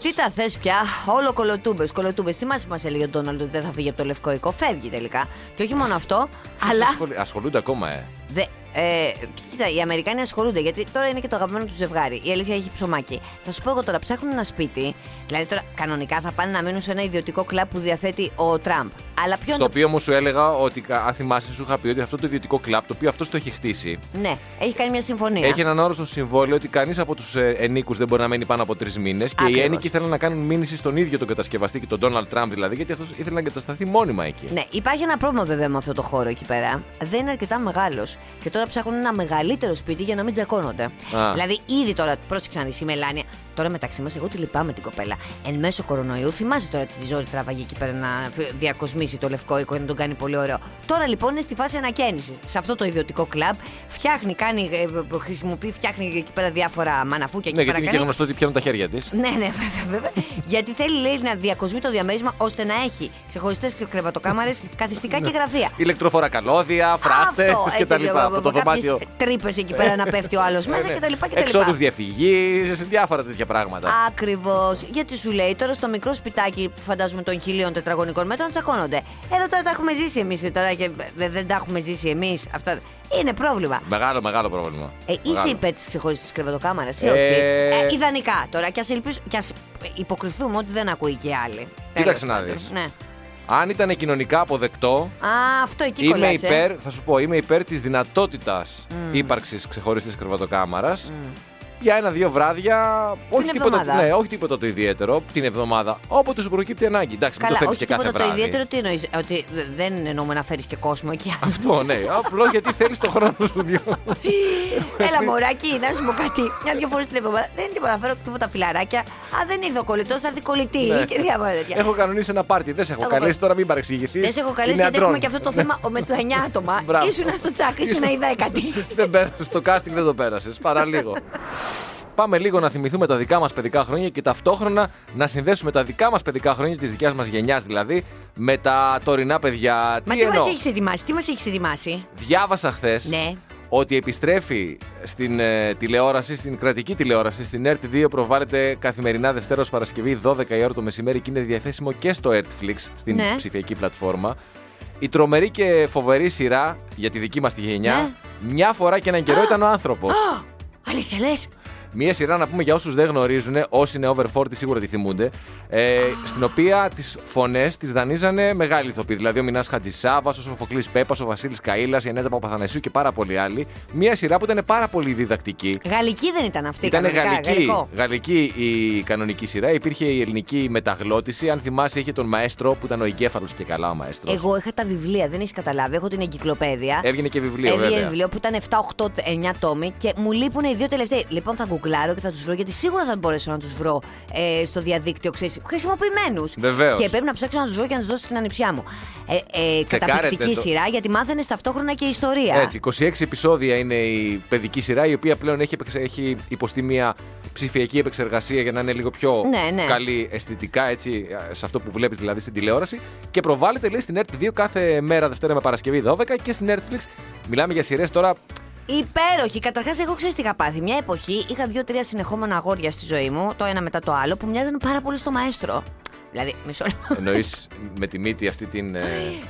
Τι τα θες πια, όλο κολοτούμπες. Κολοτούμπες, τι μας που μας έλεγε ο Ντόναλντ ότι δεν θα φύγει από το λευκό οικό. Φεύγει τελικά. Και όχι μόνο αυτό, αλλά.
Ασχολ- Ασχολούνται ακόμα, ε.
Δε, ε, κοίτα, οι Αμερικάνοι ασχολούνται γιατί τώρα είναι και το αγαπημένο τους ζευγάρι. Η αλήθεια έχει ψωμάκι. Θα σου πω εγώ τώρα, ψάχνουν ένα σπίτι. Δηλαδή τώρα κανονικά θα πάνε να μείνουν σε ένα ιδιωτικό κλαμπ που διαθέτει ο Τραμπ. Αλλά
Στο
ποιο είναι.
οποίο μου σου έλεγα ότι, κα- αν θυμάσαι, σου είχα πει ότι αυτό το ιδιωτικό κλαπ το οποίο αυτός το έχει χτίσει.
το- Ναι, έχει κάνει μια συμφωνία.
Έχει έναν όρο στο συμβόλαιο ότι κανείς από τους ενίκους δεν μπορεί να μένει πάνω από τρεις μήνες. Και οι
Ακριβώς.
ενίκοι θέλουν να κάνουν μήνυση στον ίδιο τον κατασκευαστή και τον Ντόναλτ Τραμπ δηλαδή, γιατί αυτός ήθελε να εγκατασταθεί μόνιμα εκεί.
Ναι, υπάρχει ένα πρόβλημα βέβαια με αυτό το χώρο εκεί πέρα. Δεν είναι αρκετά μεγάλος. Και τώρα ψάχνουν ένα μεγαλύτερο σπίτι για να μην τσακώνονται.
Α.
Δηλαδή, ήδη τώρα, πρόσεξαν η Μελάνια. Τώρα μεταξύ μας, εγώ τη λυπάμαι την κοπέλα. Εν μέσω κορονοϊού, θυμάσαι τώρα τη ζωή τραβάγει εκεί πέρα να διακοσμήσει το λευκό οίκο και να τον κάνει πολύ ωραίο. Τώρα λοιπόν είναι στη φάση ανακαίνησης. Σε αυτό το ιδιωτικό κλαμπ φτιάχνει, κάνει, ε, ε, χρησιμοποιεί, φτιάχνει εκεί πέρα διάφορα μαναφούκια
Ναι,
εκεί
γιατί είναι
πέρα.
και
κάνει.
γνωστό ότι πιάνουν τα χέρια της.
Ναι, ναι, βέβαια, βέβαια. Γιατί θέλει λέει, να διακοσμεί το διαμέρισμα ώστε να έχει ξεχωριστές κρεβατοκάμαρες, καθιστικά και γραφεία.
Ηλεκτροφόρα καλώδια, φράχτε
Αυτό,
Ναι. και τα
έτσι,
λοιπά. Από το δωμάτιο.
Τρύπες εκεί πέρα να πέφτει ο άλλος μέσα
Ε, ναι.
και τα λοιπά και τα
Εξόδους
λοιπά.
διαφυγής, διάφορα τέτοια πράγματα.
Ακριβώς. Γιατί σου λέει τώρα στο μικρό σπιτάκι που φαντάζομαι των χιλίων τετραγωνικών μέτρων τσακώνονται. Εδώ τώρα τα έχουμε ζήσει εμείς. Τώρα και δε- δεν τα έχουμε ζήσει εμείς. Αυτά είναι πρόβλημα.
Μεγάλο, μεγάλο πρόβλημα.
Ε, είσαι
Μεγάλο.
υπέρ της ξεχωριστή κρεβατοκάμαρας ή όχι.
Ε,
Ε, ιδανικά τώρα. Και α υποκριθούμε ότι δεν ακούει και οι άλλοι.
Κοίταξε
Τέλος
να
πάντων.
δεις.
Ναι.
Αν ήταν κοινωνικά αποδεκτό,
Α, αυτό εκεί
Είμαι
κολλάς, ε. Mm.
υπέρ, θα σου πω, είμαι υπέρ της δυνατότητας ύπαρξης ξεχωριστή κρεβατοκάμαρας. Για ένα-δύο βράδια, όχι τίποτα,
εβδομάδα.
ναι, όχι τίποτα το ιδιαίτερο, την εβδομάδα, όποτε σου προκύπτει ανάγκη. Εντάξει,
Καλά,
μην το
όχι
φέρνει και κάθε
τίποτα
βράδυ.
το ιδιαίτερο τι εννοείς. Ότι δεν εννοούμε να φέρεις και κόσμο εκεί.
Αυτό, ναι. Απλό γιατί θέλεις τον χρόνο σου δυο.
Έλα, μωράκι, να σου πω κάτι. Μια-δυο φορές την εβδομάδα. Δεν είναι τίποτα, φέρω τίποτα φιλαράκια. Α, δεν ήρθε ο κολλητός, θα έρθει κολλητή
Ναι.
και διάφορα τέτοια.
έχω κανονίσει ένα πάρτι, δεν σε έχω
Έχω
καλέσει, τώρα μην παρεξηγηθείς.
Δεν σε έχω καλέσει, γιατί έχουμε και αυτό το θέμα ο- με το 9 άτομα.
Μπράβο.
Ήσουνα στο τσάκ, ήσουνα η δέκατη.
δεν πέρασε το casting, δεν το πέρασες. Παρά λίγο. Πάμε λίγο να θυμηθούμε τα δικά μας παιδικά χρόνια και ταυτόχρονα να συνδέσουμε τα δικά μας παιδικά χρόνια, της δικιάς μας γενιάς δηλαδή, με τα τωρινά παιδιά.
Μα τι μας έχεις ετοιμάσει, τι μας έχεις ετοιμάσει.
Διάβασα χθες
Ναι.
ότι επιστρέφει στην ε, τηλεόραση, στην κρατική τηλεόραση, στην ΕΡΤ2 προβάλλεται καθημερινά Δευτέρας ως Παρασκευή 12 η ώρα το μεσημέρι και είναι διαθέσιμο και στο Netflix, στην
Ναι.
ψηφιακή πλατφόρμα. Η τρομερή και φοβερή σειρά για τη δική μας τη γενιά, μια φορά και έναν καιρό ήταν ο άνθρωπος.
Ναι. Α, Αλήθεια λες.
Μία σειρά να πούμε για όσους δεν γνωρίζουν, όσοι είναι over 40 σίγουρα τη θυμούνται. Ε, στην οποία τις φωνές τις δανείζανε μεγάλοι ηθοποιοί. Δηλαδή ο Μινάς Χατζησάβας, ο Σοφοκλής Πέπας, ο Βασίλης Καήλα, η Ανέτα Παπαθανασίου και πάρα πολλοί άλλοι. Μία σειρά που ήταν πάρα πολύ διδακτική.
Γαλλική δεν ήταν αυτή.
Ήταν
κανονικά,
γαλλική,
γαλλικό.
γαλλική η κανονική σειρά. Υπήρχε η ελληνική μεταγλώτηση. Αν θυμάσαι, είχε τον Μαέστρο που ήταν ο εγκέφαλο και καλά ο Μαέστρος.
Εγώ είχα τα βιβλία, δεν έχεις καταλάβει. Έχω την εγκυκλοπαίδεια.
Έβγαινε και βιβλίο,
Έβγαινε
βέβαια.
βιβλίο που ήταν 7, 8, 9 τόμοι και μου λείπουν οι δύο τελευταίοι. Λοιπόν, θα γκουγκλάρω και θα τους βρω γιατί σίγουρα θα μπορέσω να τους βρω ε, στο διαδίκτυο, ξέρεις. Χρησιμοποιημένους.
Βεβαίως.
Και πρέπει να ψάξω να τους βρω και να τους δώσω την ανιψιά μου. Ε, ε,
Τσεκάρετε
καταπληκτική
το.
σειρά γιατί μάθαινες ταυτόχρονα και ιστορία.
Έτσι, 26 επεισόδια είναι η παιδική σειρά, η οποία πλέον έχει, επεξε- έχει υποστεί μια ψηφιακή επεξεργασία για να είναι λίγο πιο
Ναι, ναι.
καλή αισθητικά, έτσι, σε αυτό που βλέπεις δηλαδή στην τηλεόραση. Και προβάλλεται, λέει, στην ΕΡΤ 2 κάθε μέρα, Δευτέρα με Παρασκευή 12 και στην Netflix. Μιλάμε για σειρές τώρα.
Υπέροχη. Καταρχάς, εγώ ξέρεις τι είχα πάθει. Μια εποχή είχα δύο-τρία συνεχόμενα αγόρια στη ζωή μου, το ένα μετά το άλλο, που μοιάζαν πάρα πολύ στο μαέστρο. Δηλαδή, μισό λεπτό.
Εννοείς με τη μύτη αυτή την. ε,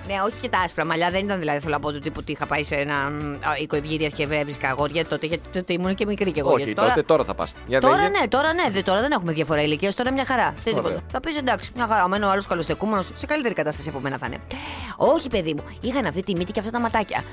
Ναι, όχι και τα άσπρα μαλλιά. Δεν ήταν δηλαδή, θέλω να πω, του τύπου ότι είχα πάει σε ένα μ, α, οίκο ευγυρία και έβρισκα αγόρια τότε, γιατί τότε ήμουν και μικρή και εγώ.
Όχι,
γιατί
τότε τώρα θα πας.
Τώρα ναι, τώρα ναι, δε- τώρα δεν έχουμε διαφορά ηλικίας, τώρα μια χαρά. Δεν
Ωραία.
τίποτα. Θα πεις εντάξει, μια χαρά. Ομένο ο άλλος καλοστεκούμενος σε καλύτερη κατάσταση από μένα θα είναι. Όχι, παιδί μου, είχαν αυτή τη μύτη και αυτά τα ματάκια.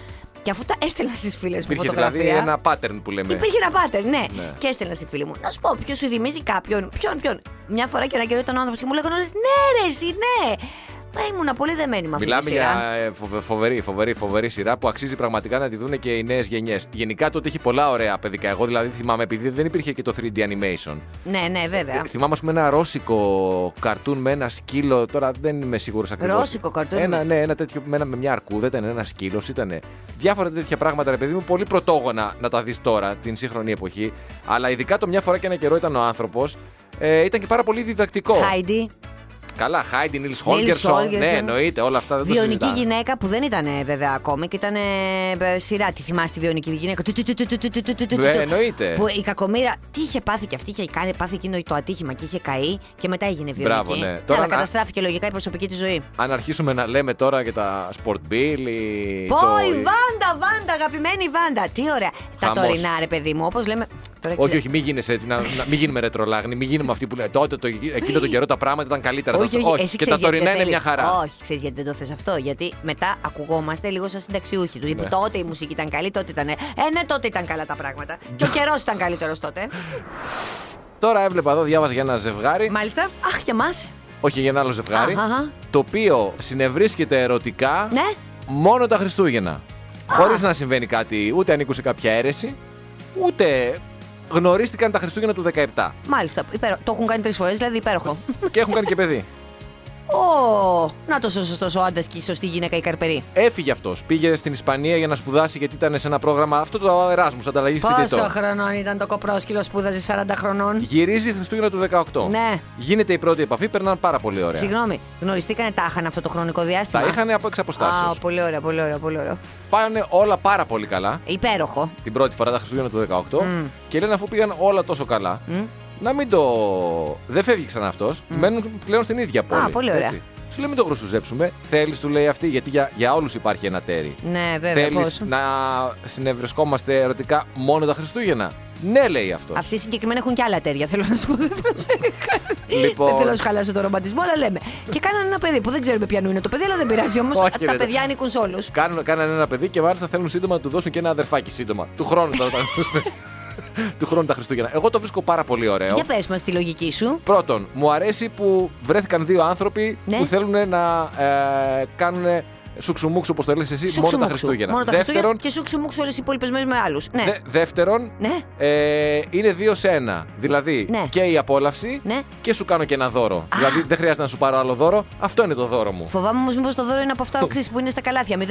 Και αφού τα έστελνα στις φίλες μου
Υπήρχε
φωτογραφία.
δηλαδή ένα pattern που λέμε.
Υπήρχε ένα πάτερ, ναι.
Ναι.
Και έστελνα στη φίλη μου. Να σου πω, ποιος σου θυμίζει κάποιον. Ποιον, ποιον. Μια φορά και ένα καιρό ήταν ο άνθρωπος και μου λέγανε όλες ναι, ρε, εσύ, ναι. Μα ήμουν πολύ δεμένη με αυτή
Μιλάμε
τη σειρά.
για ε, φοβε- φοβερή, φοβερή, φοβερή σειρά που αξίζει πραγματικά να τη δουν και οι νέες γενιές. Γενικά τότε είχε πολλά ωραία παιδικά. Εγώ δηλαδή θυμάμαι, επειδή δεν υπήρχε και το 3D animation. Ε,
Ναι, ναι, βέβαια.
Θυμάμαι, ας πούμε, ένα ρώσικο καρτούν με ένα σκύλο. Τώρα δεν είμαι σίγουρος ακριβώς.
Ρώσικο καρτούν.
Ένα, ναι, ένα τέτοιο με, ένα, με μια αρκούδα ήταν ένα σκύλος. Ήταν διάφορα τέτοια πράγματα, ρε παιδί μου, πολύ πρωτόγωνα να τα δεις τώρα, την σύγχρονη εποχή. Αλλά ειδικά το μια φορά και ένα καιρό ήταν ο άνθρωπος. Ε, ήταν και πάρα πολύ διδακτικό.
Χάιντι,
Καλά, Χάιντι, Νίλ
Holgersson.
Χόλγκερσον. Ναι, εννοείται, όλα αυτά δεν το
βιονική
συζητάμε.
γυναίκα που δεν ήταν ε, βέβαια ακόμη και ήταν ε, ε, σειρά. Τη θυμάσαι τη βιονική γυναίκα. Του, του, του, του, του, του, του, του, του, του.
Ε, εννοείται.
Που η κακομήρα, τι είχε πάθει και αυτή, είχε κάνει, πάθει εκείνο το ατύχημα και είχε καεί και μετά έγινε βιονική.
Μπράβο, ναι. Τώρα
αλλά
να-
καταστράφηκε λογικά η προσωπική της ζωή.
Αν αρχίσουμε να λέμε τώρα για τα sport bill ή
Πω,
το-
η Βάντα, Βάντα, αγαπημένη Βάντα. Τι ωραία. Τα
Χαμός.
τωρινά, ρε παιδί μου, όπως λέμε. Τώρα
Όχι, όχι, μην γίνεσαι έτσι, να, να, μην γίνουμε ρετρολάγνη, μην γίνουμε αυτοί που λέει τότε, το, εκείνο τον καιρό τα πράγματα ήταν καλύτερα.
Όχι,
Τότε-
όχι, εσύ
και
ξέρεις
τα τωρινά
γιατί δεν
είναι
θέλεις.
μια χαρά.
Όχι, ξέρεις γιατί δεν το θες αυτό. Γιατί μετά ακουγόμαστε λίγο σαν συνταξιούχοι του. τύπου
Ναι.
τότε η μουσική ήταν καλή, τότε ήταν. Ε, ναι, τότε ήταν καλά τα πράγματα.
Ναι.
Και ο καιρός ήταν καλύτερος τότε.
Τώρα έβλεπα εδώ, διάβαζα για ένα ζευγάρι,
Μάλιστα. Αχ, και εμά.
όχι για ένα άλλο ζευγάρι,
Αχ, αχ.
το οποίο συνευρίσκεται ερωτικά
Ναι.
μόνο τα Χριστούγεννα. Χωρίς να συμβαίνει κάτι, ούτε ανήκουσε κάποια αίρεση, ούτε γνωρίστηκαν τα Χριστούγεννα του 17.
Μάλιστα. Υπέρο... Το έχουν κάνει τρεις φορές, δηλαδή υπέροχο.
και έχουν κάνει και παιδί.
Ω, να το σωστό ο άντρα και η σωστή γυναίκα η καρπερή.
Έφυγε αυτός. Πήγε στην Ισπανία για να σπουδάσει γιατί ήταν σε ένα πρόγραμμα. Αυτό το Εράσμου, ανταλλαγής
Πόσο
φοιτητών.
χρονών ήταν το κοπρόσκυλο, σπούδαζε 40 χρονών.
Γυρίζει Χριστούγεννα του 18.
Ναι.
Γίνεται η πρώτη επαφή, περνάνε πάρα πολύ ωραία.
Συγγνώμη, γνωριστήκανε τάχαν αυτό το χρονικό διάστημα.
Τα είχαν από εξ
Α,
αποστάσεω.
πολύ ωραία, πολύ ωραία, πολύ ωραία.
Πάνε όλα πάρα πολύ καλά
Υπέροχο.
την πρώτη φορά τα Χριστούγεννα του 18 και λένε αφού πήγαν όλα τόσο καλά. Να μην το. Δεν φεύγει ξανά αυτός. Μένουν πλέον στην ίδια πόλη.
πολύ ωραία.
Έτσι. Σου λέει μην το γρουσουζέψουμε. Θέλεις, του λέει αυτή, γιατί για, για όλους υπάρχει ένα τέρι.
Ναι, βέβαια.
Θέλεις
πώς.
να συνευρισκόμαστε ερωτικά μόνο τα Χριστούγεννα. Ναι, λέει αυτός.
Αυτοί συγκεκριμένα έχουν και άλλα τέρια. Θέλω να σου πω, δεν θέλω να σε χα-
Λοιπόν.
Δεν θέλω να σου χαλάσω το ρομαντισμό, αλλά λέμε. Και κάνανε ένα παιδί που δεν ξέρουμε ποιανού είναι το παιδί, αλλά δεν πειράζει όμως.
Όχι, Ε,
τα
ρε.
παιδιά ανήκουν σε όλους.
Κάνουν, κάνανε ένα παιδί και μάλιστα θέλουν σύντομα να του δώσουν και ένα αδερφάκι σύντομα. Του χρόνου τώρα τα Χριστούγεννα. του χρόνου τα Χριστούγεννα. Εγώ το βρίσκω πάρα πολύ ωραίο.
Για πες μας τη λογική σου.
Πρώτον, μου αρέσει που βρέθηκαν δύο άνθρωποι
Ναι.
που θέλουν να ε, κάνουν σουξουμούξου, όπως το λες εσύ, μόνο τα
Σουξουμούξου.
Χριστούγεννα.
Μόνο τα
δεύτερον,
Χριστούγεννα και σου ξουμούξου όλες οι υπόλοιπες μέρες με άλλους. Ναι.
δε- δεύτερον
Ναι.
ε, είναι δύο σε ένα. Δηλαδή
Ναι.
και η απόλαυση
Ναι.
και σου κάνω και ένα δώρο. Δηλαδή δεν χρειάζεται να σου πάρω άλλο δώρο. Αυτό είναι το δώρο μου.
Φοβάμαι όμως μήπως το δώρο είναι από αυτά ξέρεις, που είναι στα καλάθια. 0,99.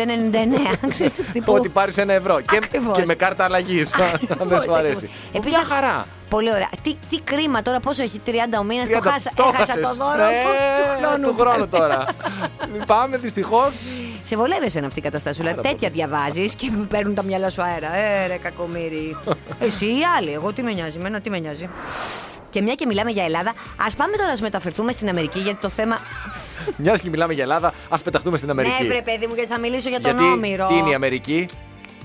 Ξέρεις, τύπου-
Ότι πάρεις ένα ευρώ και,
Ακριβώς.
και με κάρτα αλλαγής. αν δεν
Ακριβώς,
σου αρέσει.
ακριβώς.
Επίσης...
Επίσης-
Μια χαρά.
Πολύ ωραία. Τι, τι κρίμα τώρα, πόσο έχει 30 ο μήνας, το
30,
χάσα. έχασα το
χάσες.
δώρο
Ε,
του, του
Του
χρόνου.
χρόνου τώρα. Πάμε δυστυχώς.
Σε βολεύεσαι αυτή η κατάσταση. Δηλαδή,
Πάρα
τέτοια διαβάζεις και παίρνουν τα μυαλά σου αέρα. Ε, ρε, κακομίρι. Εσύ ή άλλοι. Εγώ τι με νοιάζει, εμένα τι με νοιάζει. Και μια και μιλάμε για Ελλάδα, ας πάμε τώρα να μεταφερθούμε στην Αμερική γιατί το θέμα.
Μιας και μιλάμε για Ελλάδα, ας πεταχτούμε στην Αμερική.
Ναι, βρε, παιδί μου, γιατί θα μιλήσω για τον
Γιατί
Όμηρο.
τι είναι η Αμερική.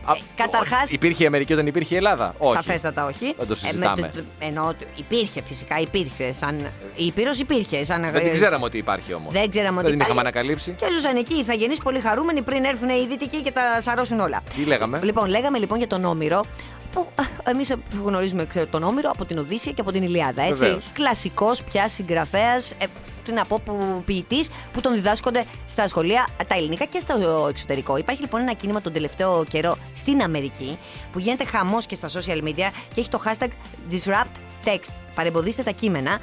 Α,
καταρχάς-
Υπήρχε η Αμερική όταν υπήρχε η Ελλάδα. Όχι.
Σαφέστατα όχι. Ε,
Δεν το
με
συζητάμε.
το- εννοώ ότι υπήρχε φυσικά, υπήρξε. Σαν... Η Ήπειρος υπήρχε. Σαν...
Δεν την ξέραμε ότι υπάρχει όμως.
Δεν ξέραμε ότι
Δεν την είχαμε
υπάρχει.
ανακαλύψει.
Και ζούσαν εκεί οι Ιθαγενείς πολύ χαρούμενοι πριν έρθουν οι Δυτικοί και τα σαρώσουν όλα.
Τι λέγαμε.
Λοιπόν, λέγαμε λοιπόν για τον Όμηρο. Που εμείς γνωρίζουμε ξέρω, τον Όμηρο από την Οδύσσια και από την Ιλιάδα. Έτσι.
Βεβαίως.
Κλασικός πια συγγραφέας, ε, τι να πω, που, ποιητής που τον διδάσκονται στα σχολεία ε, τα ελληνικά και στο εξωτερικό. Υπάρχει λοιπόν ένα κίνημα τον τελευταίο καιρό στην Αμερική που γίνεται χαμός και στα social media και έχει το hashtag disrupt text. Παρεμποδίστε τα κείμενα.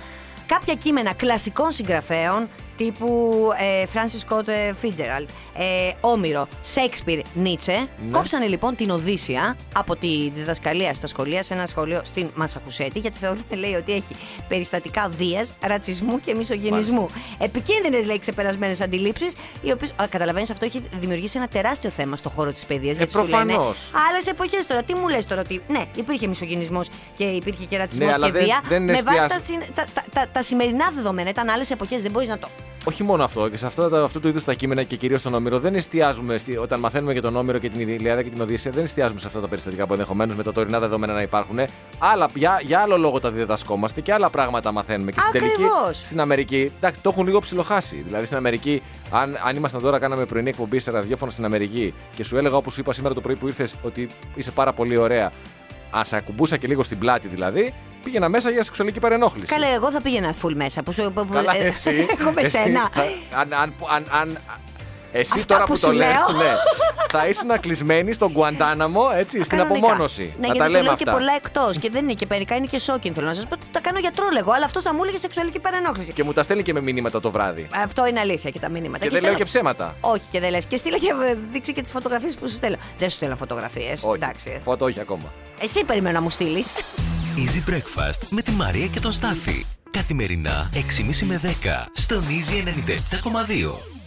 Κάποια κείμενα κλασικών συγγραφέων τύπου ε, Francis Scott ε, Fitzgerald, ε, Όμηρο, Shakespeare, Nietzsche,
Ναι.
Κόψανε λοιπόν την Οδύσσια από τη διδασκαλία στα σχολεία σε ένα σχολείο στην Μασαχουσέτη, γιατί θεωρούν, λέει, ότι έχει περιστατικά βίας, ρατσισμού και μισογενισμού. Επικίνδυνες, λέει, ξεπερασμένες αντιλήψεις, οι οποίες. Καταλαβαίνεις, αυτό έχει δημιουργήσει ένα τεράστιο θέμα στο χώρο της παιδείας. γιατί σου λένε
Ε, προφανώς.
Άλλες εποχές τώρα, τι μου λες τώρα, ότι. Ναι, υπήρχε μισογενισμός και υπήρχε και ρατσισμό
Ναι,
και
αλλά δεν-
βία.
δεν
με βάση τα,
εστιάζ-
συν- τα, τα, τα, τα σημερινά δεδομένα ήταν άλλες εποχές, δεν μπορείς να το.
Όχι μόνο αυτό, και σε αυτά, τα- αυτού του είδους τα κείμενα και κυρίως τον Όμηρο, δεν εστιάζουμε. στη- όταν μαθαίνουμε για τον Όμηρο και την Ιλιάδα και την Οδύσσια, δεν εστιάζουμε σε αυτά τα περιστατικά που ενδεχομένως με τα τωρινά δεδομένα να υπάρχουν. Αλλά για, για άλλο λόγο τα διδασκόμαστε και άλλα πράγματα μαθαίνουμε. Και στην τελική,
Ακριβώς.
στην Αμερική, εντάξει, το έχουν λίγο ψιλοχάσει. Δηλαδή στην Αμερική, αν, αν ήμασταν τώρα, κάναμε πρωινή εκπομπή σε ραδιόφωνο στην Αμερική και σου έλεγα όπως σου είπα σήμερα το πρωί που ήρθες ότι είσαι πάρα πολύ ωραία. Ας σε ακουμπούσα και λίγο στην πλάτη δηλαδή, πήγαινα μέσα για σεξουαλική παρενόχληση.
Καλά, εγώ θα πήγαινα full μέσα. Που σου, που- που-
Καλά,
ε,
εσύ.
Εγώ με
εσύ,
σένα.
θα- αν, αν, αν, αν- εσύ
Αυτά
τώρα
που
που,
σου
το λες,
λέω.
ναι, θα ήσουν κλεισμένη στον Γκουαντάναμο, έτσι, στην
Κανονικά.
απομόνωση.
Ναι,
να
γιατί
τα
το
λέμε
λέω
αυτά.
και πολλά εκτός. Και δεν είναι και περικά, είναι και σόκιν. Θέλω να σας πω ότι τα κάνω γιατρό εγώ, αλλά αυτό θα μου έλεγε σεξουαλική παρενόχληση.
Και μου τα στέλνει και με μηνύματα το βράδυ.
Αυτό είναι αλήθεια και τα μηνύματα.
και δεν λέω
στέλνω-
και ψέματα.
Όχι και δεν λες. Και στείλα και ε, δείξε και τις φωτογραφίες που σου στέλνω. Δεν σου στέλνω φωτογραφίες.
Όχι.
Εντάξει.
Φώτα, όχι ακόμα.
Εσύ περιμένω να μου στείλεις.
Easy Breakfast με τη Μαρία και τον Στάφη. Καθημερινά 6.30 με 10 στον Easy 97,2.